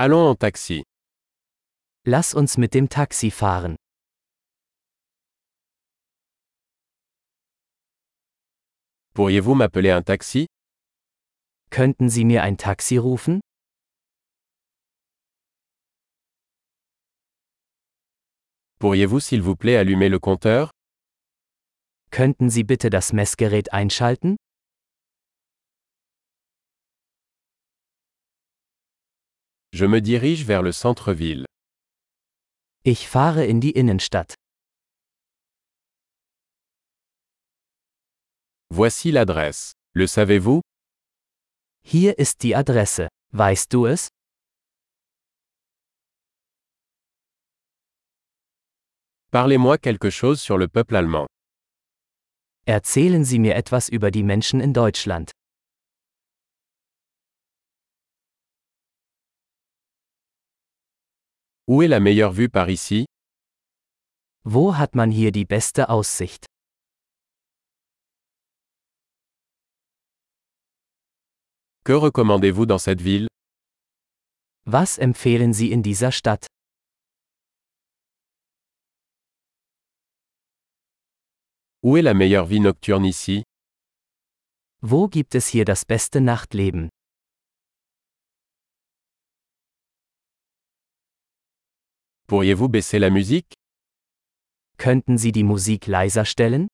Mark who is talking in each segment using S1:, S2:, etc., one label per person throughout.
S1: Allons en taxi.
S2: Lass uns mit dem Taxi fahren.
S1: Pourriez-vous m'appeler un taxi
S2: Könnten Sie mir ein Taxi rufen?
S1: Pourriez-vous s'il vous plaît allumer le compteur
S2: Könnten Sie bitte das Messgerät einschalten?
S1: Je me dirige vers le centre-ville.
S2: Ich fahre in die Innenstadt.
S1: Voici l'adresse. Le savez-vous
S2: Hier ist die Adresse. Weißt du es?
S1: Parlez-moi quelque chose sur le peuple allemand.
S2: Erzählen Sie mir etwas über die Menschen in Deutschland.
S1: Où est la meilleure vue par ici
S2: Wo hat man hier die beste Aussicht?
S1: Que recommandez-vous dans cette ville
S2: Was empfehlen Sie in dieser Stadt?
S1: Où est la meilleure vie nocturne ici
S2: Wo gibt es hier das beste Nachtleben?
S1: Pourriez-vous baisser la musique
S2: Könnten Sie die Musik leiser stellen?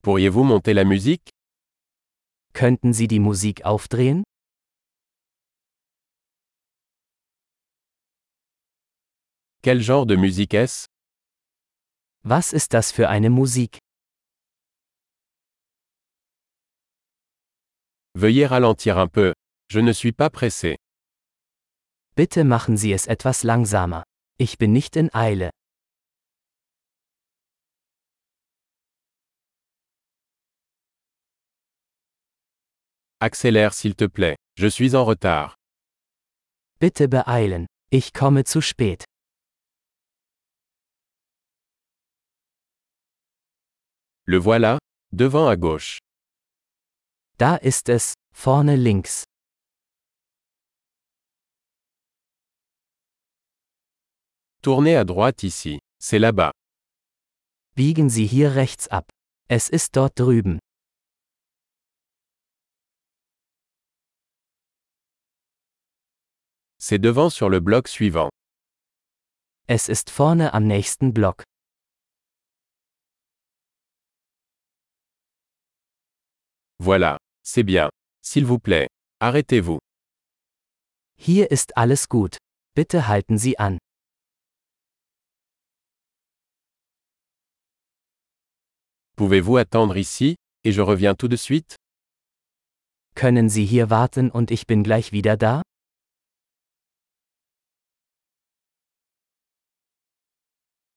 S1: Pourriez-vous monter la musique
S2: Könnten Sie die Musik aufdrehen?
S1: Quel genre de musique est-ce
S2: Was ist das für eine Musik?
S1: Veuillez ralentir un peu. Je ne suis pas pressé.
S2: Bitte machen Sie es etwas langsamer. Ich bin nicht in Eile.
S1: Accélère s'il te plaît. Je suis en retard.
S2: Bitte beeilen. Ich komme zu spät.
S1: Le voilà, devant à gauche.
S2: Da ist es, vorne links.
S1: Tournez à droite ici. C'est là-bas.
S2: Biegen Sie hier rechts ab. Es ist dort drüben.
S1: C'est devant sur le bloc suivant.
S2: Es ist vorne am nächsten Block.
S1: Voilà. C'est bien. S'il vous plaît. Arrêtez-vous.
S2: Hier ist alles gut. Bitte halten Sie an.
S1: Pouvez-vous attendre ici, et je reviens tout de suite
S2: Können Sie hier warten und ich bin gleich wieder da?